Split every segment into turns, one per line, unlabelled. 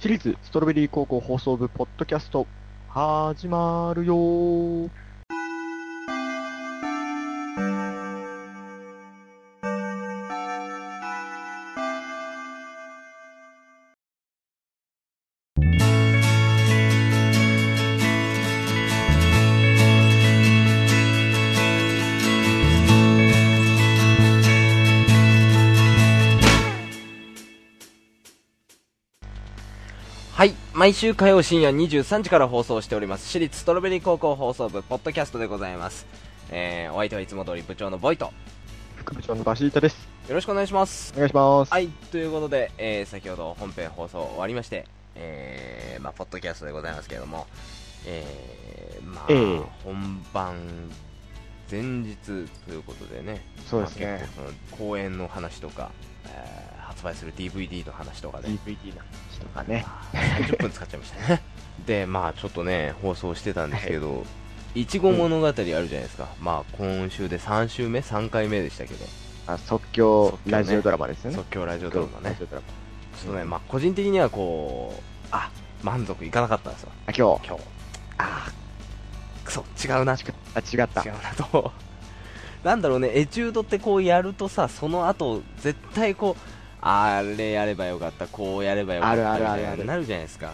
私立ストロベリー高校放送部ポッドキャスト始まるよー
はい毎週火曜深夜23時から放送しております私立ストロベリー高校放送部ポッドキャストでございます、えー、お相手はいつも通り部長のボイトよ
副部長のバシータです
ろしくお願いします
お願いします
はいということで、えー、先ほど本編放送終わりましてえー、まあポッドキャストでございますけれどもえー、まあ、
ええ
本番前日ということでね
そうです
まあ
ね
結構その公演の話とか、えー、発売する DVD の話とかで
DVD の話とかね
30分使っちゃいましたね でまあちょっとね放送してたんですけど「いちご物語」あるじゃないですか、まあ今週で3週目3回目でしたけど、
あ即興
即興ね
ラジオドラマですよね
即興ラジオドラマ
ラ
ね
ジオドラマ
ちょっとねまあ個人的にはこうあ満足いかなかったんですよ
あ今
今日あーくそ違うな違
日あ違った
うなと なんだろうねエチュードってこうやるとさその後絶対こうあれやればよかったこうやればよかったみ
あるあるあ
たい
るあ
な
る
なるじゃないですか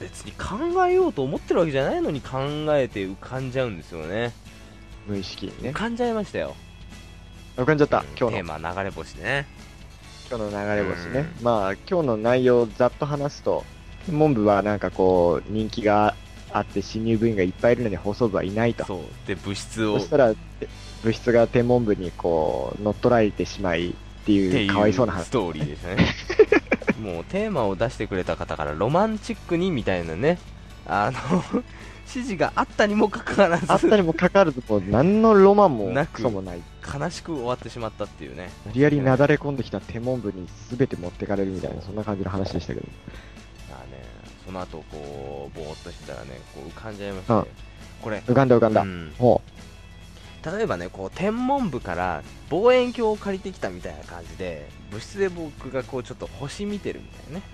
別に考えようと思ってるわけじゃないのに考えて浮かんじゃうんですよね
無意識に
浮
ね
かんじゃいましたよ
浮かんじゃった今
テ
日の
ーマ流れ星ね
今日の流れ星ね
う
まあ今日の内容をざっと話すと天文部はなんかこう人気があって新入部員がいっぱいいるのに放送部はいないと
そうで物質を
そしたら、て部室が天文部にこう乗っ取られてしまいって
って
い、
いうう
かわいそうな話
ス。トーリーです ねもうテーマを出してくれた方からロマンチックにみたいなねあの 指示があったにもかかわら
あっ
ず
たにもかかわらず、もう何のロマンも
なく
クソもない。
悲しく終わってしまったっていうね
無理やりなだれ込んできた天文部に全て持ってかれるみたいな、そんな感じの話でしたけど。
あねその後こうぼーっとしてたらねこう浮かんじゃいました、
うん
これ、
浮かんだ浮かんだ。
うん
も
例えばねこう天文部から望遠鏡を借りてきたみたいな感じで部室で僕がこうちょっと星見てるみたいなね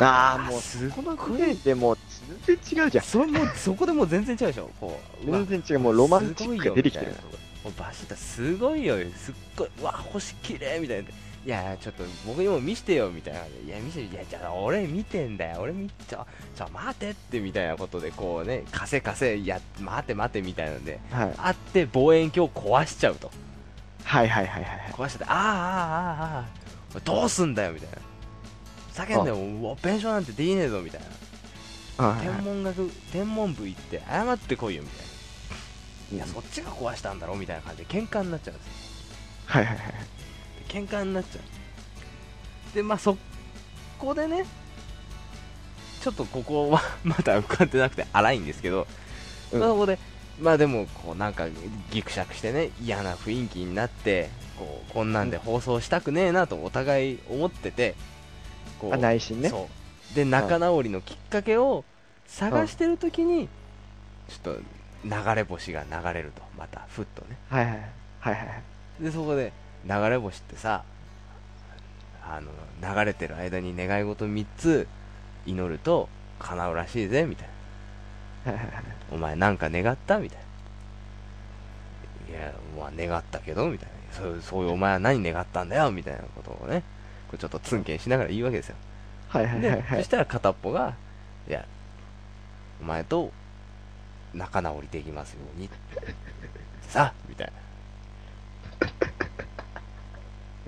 う、ああ、もう、
す
こ
ご
の
い
声でもう全然違うじゃん。
それもそこでもう全然違うでしょこううわ
全然違う、もうロマンチックが出てきてる
す。もうバシッタすごいよすっごいうわ星綺麗みたいないやちょっと僕にも見してよみたいないや見せていやじゃあ俺見てんだよ俺見ちょちょ待てってみたいなことでこうねカセカセいや待て待てみたいなんで
はい、
あって望遠鏡を壊しちゃうと
はいはいはいはい。
壊しちゃってあああああああどうすんだよみたいな叫んでもう弁償なんてできねえぞみたいな
はいはい
天文学天文部行って謝ってこいよみたいな
うん
いやそっちが壊したんだろみたいな感じで喧嘩になっちゃうんですよ
はいはいはい。
喧嘩になっちゃうでまあそこでねちょっとここはまだ浮かんでなくて荒いんですけど、
うん
まあそこでまあでもこうなんかギクシャクしてね嫌な雰囲気になってこうこんなんで放送したくねえなとお互い思っててこ
あ内心ね。
そうで仲直りのきっかけを探してる時に、ちょっと流れ星が流れるとまたふっとね
はいはいはいはい。
でそこで流れ星ってさあの流れてる間に願い事3つ祈ると叶うらしいぜみたいな
はいはいはい
お前なんか願ったみたいないやまあ願ったけどみたいなそうそういうお前は何願ったんだよみたいなことをねこうちょっとツンケンしながら言うわけですよ
はいはいはい
で
は
そ
い
し。たら片っぽが「いやお前と仲直りできますように」 さみたいな「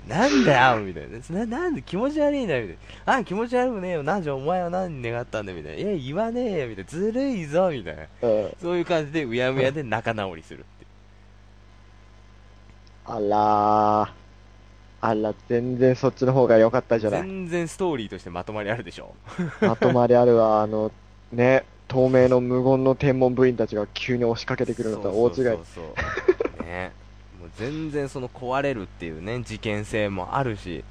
なんだよ」みたいなななんで気持ち悪いんだよみたいな「あ気持ち悪くねえよなんじゃお前は何願ったんだ」みたいな「いや言わねえよ」みたいな「ずるいぞ」みたいな
うん
そういう感じでうやむやで仲直りするっていう
あらー。あら、全然そっちの方が良かったじゃない。
全然ストーリーとしてまとまりあるでしょ
まとまりあるわ。あの、ね、透明の無言の天文部員たちが急に押しかけてくるのとは大違い。
そうそうそうそう ねもう全然その壊れるっていうね事件性もあるし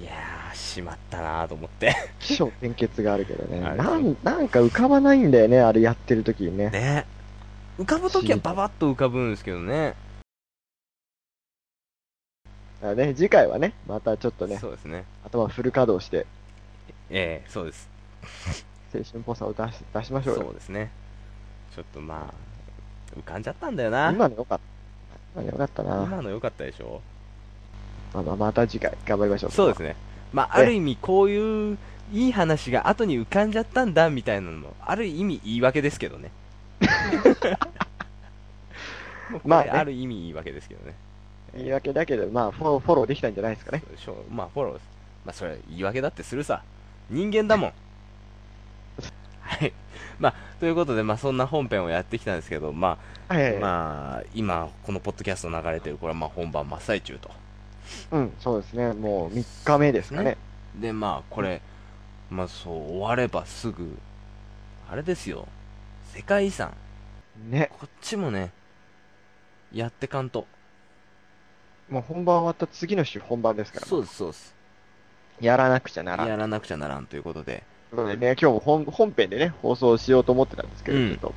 いやーしまったなーと思って
起承転結があるけどね。
ある
なん、なんか浮かばないんだよね、あれやってる時にね。
ね 浮かぶときはババッと浮かぶんですけどね
だからね次回はね、またちょっとね、
そうですね
頭フル稼働して、
ええそうです
青春っぽさを出し出しましょう
そ
よ
うですねちょっとまあ浮かんじゃったんだよな
今のよかった今のよかったな、
今の良かったでしょ
まあまあ、また次回頑張りましょう
そうですねまああ
ええ
る意味こういういい話が後に浮かんじゃったんだみたいなのもある意味言い訳ですけどねもう これ
まあね
ある意味言い訳ですけどね
言い訳だけどまあフォローフォローできたんじゃないですかね
しょうまあフォローですまあそれは言い訳だってするさ人間だ もんはいまあということでまあそんな本編をやってきたんですけどま
はいは
あ
い、はい
まあ今このポッドキャスト流れてるこれはまあ本番真っ最中と
うんそうですねもう3日目ですかね
でまあこれまあそう終わればすぐあれですよ世界遺産
ね
こっちもねやってかんと
もう本番終わった次の週本番ですから
そうですそうです
やらなくちゃならん
やらなくちゃならんということで
ということでね、今日も本本編でね、放送しようと思ってたんですけど、
うん
ちょっと、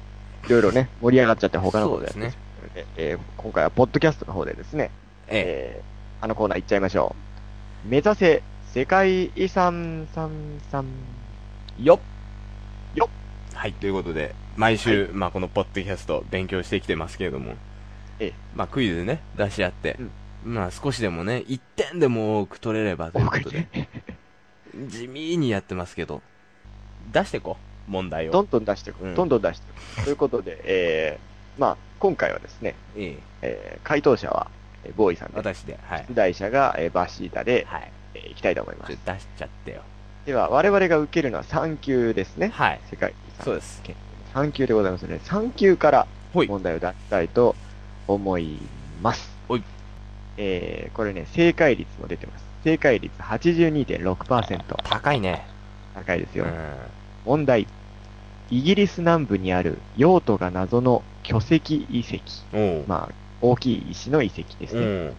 いろいろね、盛り上がっちゃって他のこ
そう
と
で
やっ
す
てしま
ね
ったので、えー今回はポッドキャストの方でですね、
ええ
えーあのコーナー行っちゃいましょう。目指せ世界遺産さんさん。
よっ
よ
はい、ということで、毎週、まあ、このポッドキャスト勉強してきてますけれども、
ええ
まあ、クイズね、出し合って、
うん
まあ、少しでもね、1点でも多く取れればということで、地味にやってますけど、出してこ、問題
ど
を。
んどん出していく、
うん
どんどん出していく。ということで、えーまあ、今回はですね、
ええ、
えー回答者は、えーボーイさんで、
私で、はい。
出題者が、えーバシーダで、
はい。
えー行きたいと思いま
ちょ
す。
出しちゃってよ。
では、我々が受けるのは3級ですね。
はい。
世界遺産
そうです。
3級でございますね。3級から
ほい
問題を出したいと思います。
ほい
えー、これね、正解率も出てます。正解率82.6%。
高いね。
高いです
う
よ。
ん。
問題。イギリス南部にある用途が謎の巨石遺跡。
おう。
まあ、大きい石の遺跡です
う
ね。
ん。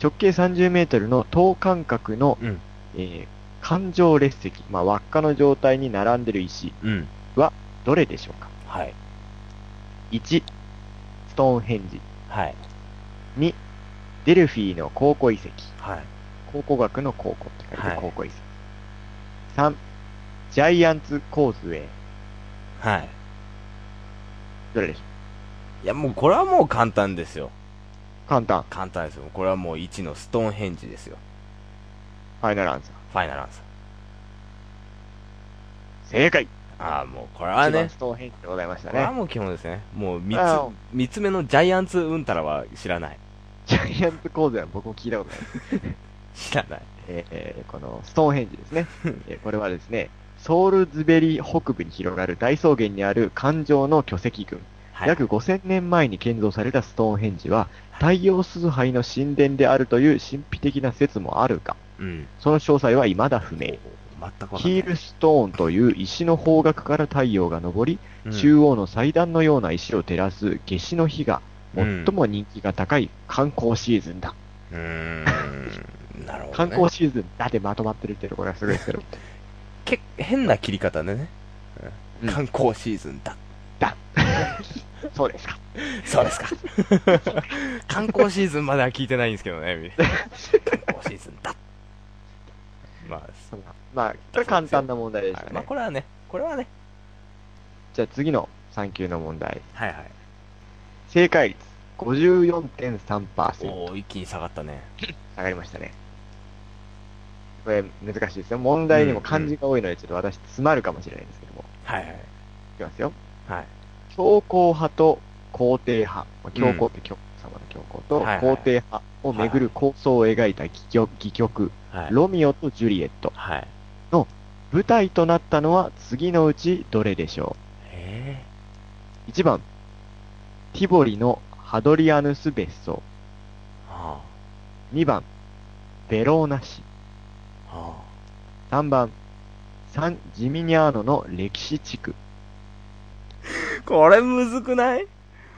直径30メートルの等間隔の、
うん
えー環状列石。まあ、輪っかの状態に並んでる石。
うん。
どれでしょうか
はい。
?1、ストーンヘンジ。
はい。
デルフィーの考古遺跡。
はい。
考古学の考古って書い
は
て
い
考古遺跡。3、ジャイアンツコースウェイ。
はい。
どれでしょ
いや、もう、これはもう簡単ですよ。
う簡単。
簡単ですよこれはもう1のストーンヘンジですよ
ファイナルアンサー。
ファイナルアンサ
正解
ーああもうこれは
一番
ね
ストーンヘンジでございました
これは
ね。
もう基本ですねもう
あ
3
あ
つ三つ目のジャイアンツうんたらは知らない
ジャイアンツコースウェイは僕も聞いたことない。
知らない
えーえーこのストーンヘンジですね。えーこれはですね、ソウルズベリー北部に広がる大草原にある環状の巨石群。
はい
約5000年前に建造されたストーンヘンジは、太陽崇拝の神殿であるという神秘的な説もあるが、
うん
その詳細は未だ不明。
全くわかん
ヒールストーンという石の方角から太陽が昇り、
ない
中央の祭壇のような石を照らす夏至の日が最も人気が高い観光シーズンだ。
うんうーんなるほど、ね、
観光シーズンだってまとまってるってところがすごい ですけど。
け変な切り方でね、うん
うん
観光シーズンだ
そうですか。
そうですか観光シーズンまでは聞いてないんですけどね観光シーズンだまあ
そんなまあ、これ簡単な問題でした
はいまあ
ね。
これはねこれはね
じゃあ次の3級の問題。
はいはい
正解率54.3%。
おお一気に下がったね
上がりましたね。これ難しいですよ。問題にも漢字が多いので、ちょっと私詰まるかもしれないんですけども。
はいはい
いきますよ。
はい
教皇派と皇帝派、まあ教皇って教皇様の教皇と
はいはい
皇帝派をめぐる構想を描いた戯曲、戯曲
はい
ロミオとジュリエット。
はい
舞台となったのは次のうちどれでしょ
え
う ?1 番、ティボリのハドリアヌス別荘。
ー、は
2番、ベローナ市。
あは
3番、サン・ジミニャーノの歴史地区。
あこれむずくない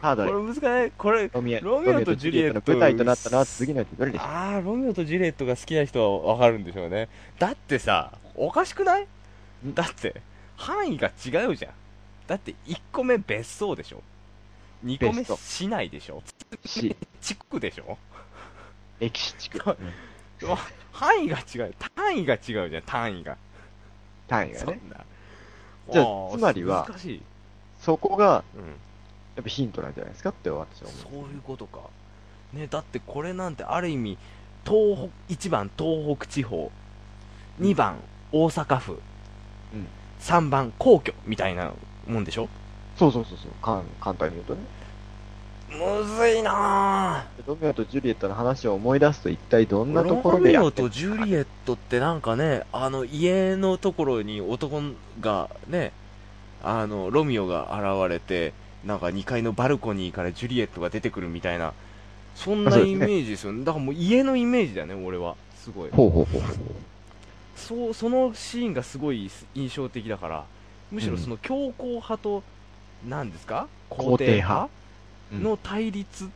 さあ、
こ
ど
れ
れ
むずくないこれ
ロミ
ロミオとジュリエット
ロミオの舞台となったのは次のうちどれでしょう
ああロミオとジュリエットが好きな人はわかるんでしょうねだってさおかしくない
ん
だって範囲が違うじゃんだって1個目別荘でしょ2個目
別荘
市内でしょ
市、
地区でしょ
歴史地区。
範囲が違う単位が違うじゃん単位が
単位が
そん
ね。
な
じゃあ
おー
つまりは
難しい、
そこが、
うん、
やっぱヒントなんじゃないですかって私は
そ
思う。
ういうことか、ね、だってこれなんてある意味東北1番東北地方2番大阪府、
うん
3番皇居みたいなもんでしょ
そうそうそうそう。かん簡単に言うとね。
むずいなぁ
ロミオとジュリエットの話を思い出すと一体どんなとこ
ロ
ろで
ミ
や
オ
って
と
る
ジュリエットってなんかねあの家のところに男がねあのロミオが現れてなんか2階のバルコニーからジュリエットが出てくるみたいなそんな
そうで
イ
す
メ
ね
ージですよねだからもう家のイメージだよね俺はすごい
ほうほうほうほう。
そうそのシーンがすごい印象的だからむしろその強硬派と何ですか
皇帝派うん
の対立っ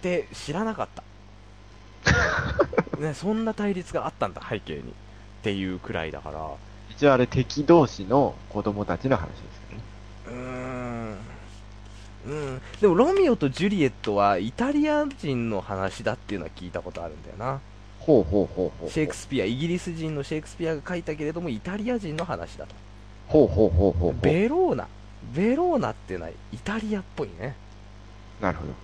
て知らなか った、ね、そんな対立があったんだ背景にっていうくらいだから
一応あれ敵同士の子供たちの話ですよね。
うーんうんでもロミオとジュリエットはイタリア人の話だっていうのは聞いたことあるんだよな
ほうほうほうほう。
シェイクスピアイギリス人のシェイクスピアが書いたけれどもイタリア人の話だと
ほうほうほうほうほう。
ベローナベローナっていうのはイタリアっぽいね、
なるほど。
うん、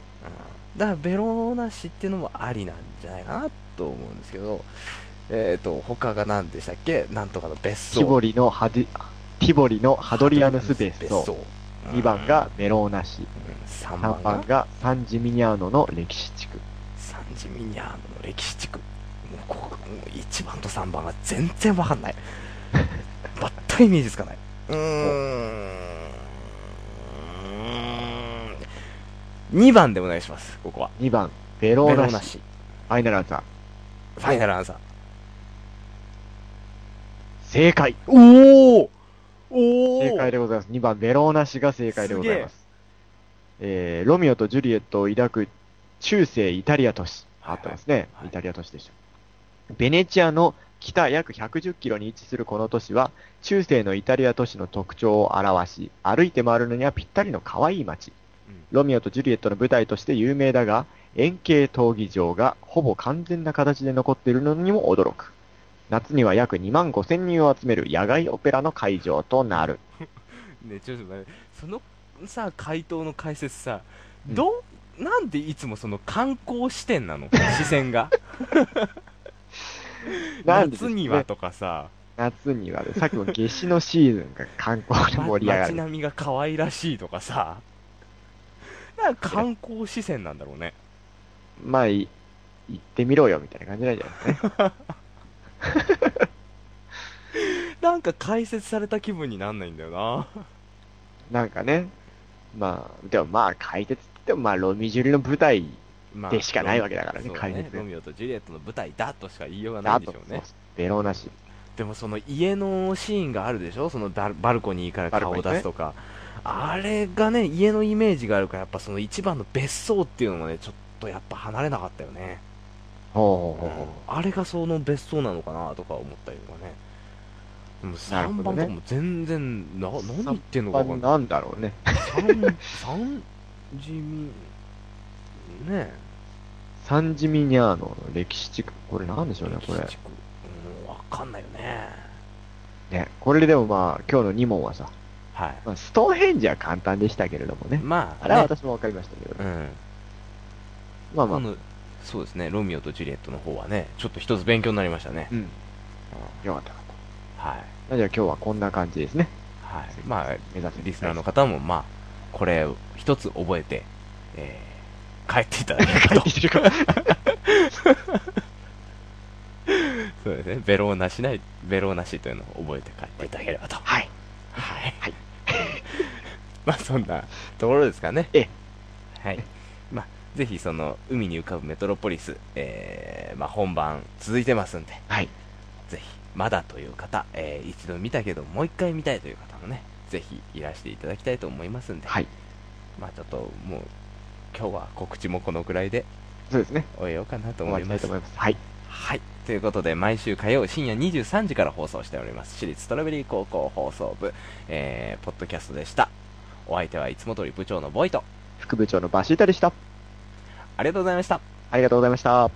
だからベローナ市っていうのもありなんじゃないかなと思うんですけどえっ、と他が何でしたっけなんとかの別荘
ティボリのハディ、ティボリのハドリアヌス別
別
荘。2番がメローナ市。
3
3
番が
番がサンジミニアーノの歴史地区。
サンジミニャーノの歴史地区もうここもう1番と3番が全然わ かんない全くイメージつかないうーん2番でお願いしますここは
2番、ベロ
メ
ー
ロ
ナ
ーナ
市。
市
ファイナルアンサー。
ファイナルアンサー
正解。
おおお
正解でございます。2番、ベローナ市が正解でございます。えー、ロミオとジュリエットを抱く中世イタリア都市。
はい
あってますね。
はい
イタリア都市でした。ベネチアの北約110キロに位置するこの都市は、中世のイタリア都市の特徴を表し、歩いて回るのにはぴったりの可愛い街。ロミオとジュリエットの舞台として有名だが、円形闘技場がほぼ完全な形で残っているのにも驚く。夏には約2万5千人を集める野外オペラの会場となる。
ねちょっと待ってそのさ回答の解説さ
うん
ど、うなんでいつもその観光視 点なの視線が
なんでです
夏
ね
にはとかさ
夏にはで、さっきも夏至のシーズンが観光で
ま
盛り上が
街
る。
並みが可愛らしいとかさなんか観光視線なんだろうね
まあ、い行ってみろよみたいな感じなんじゃないですかね。
なんか解説された気分になんないんだよな
なんかね。まあ、でもまあ、解説って言ってもまあ、ロミジュリの舞台
ま
でしかないわけだからね
そう
解説
ロミオとジュリエットの舞台だとしか言いようがな
だ
いんでし
と
ょうね。
ベローナ市。
でもその家のシーンがあるでしょそのバルバルコニーから顔を出すとか、あれがね家のイメージがあるからやっぱその一番の別荘っていうのもねちょっとやっぱ離れなかったよね、
ほうほうほうほう。
あれがその別荘なのかなとか思ったりとかねでも
なるほ
3
ど
番
ね
とかも全然な、何言ってんのか
まあ
分かんない
なんだろうね。
三三地味ねえ
サンジミニャーノの歴史地区。これなんでしょうね、これ
基地。区うん分かんないよね
ね。これでもまあ、今日の2問はさ、
はい
まあ、ストーンヘンジは簡単でしたけれどもね。
まあ
あれは
ね
私もわかりましたけど、
うん
まあまあ
こ、のそうですねロミオとジュリエットの方はねちょっと一つ勉強になりましたね、
うん。
うん
よかった。
はい、
じゃあ今日はこんな感じですね。
はい、まあ
目指せ
リスナーの方もまあこれを一つ覚えて、えー帰っていただけると そうですねベローナしないベローナしというのを覚えて帰っていただければと
はい。
はい、
はい
まあそんなところですかね
ええ
はいまあぜひその海に浮かぶメトロポリス、えーまあ、本番続いてますんで
はい。
ぜひ、まだという方、えー一度見たけど、もう一回見たいという方もね、ぜひいらしていただきたいと思いますんで、
はい。
まあちょっともう、今日は告知もこのくらいで
そうですね。
終えようかなと
終
思
わ
い
りた
ま
いと
す。
思います。はい。
はい。ということで、毎週火曜深夜23時から放送しております、私立ストロベリー高校放送部、えー、ポッドキャストでした。お相手はいつも通り部長のボイト。
副部長のバシータでした。
ありがとうございました。
ありがとうございました。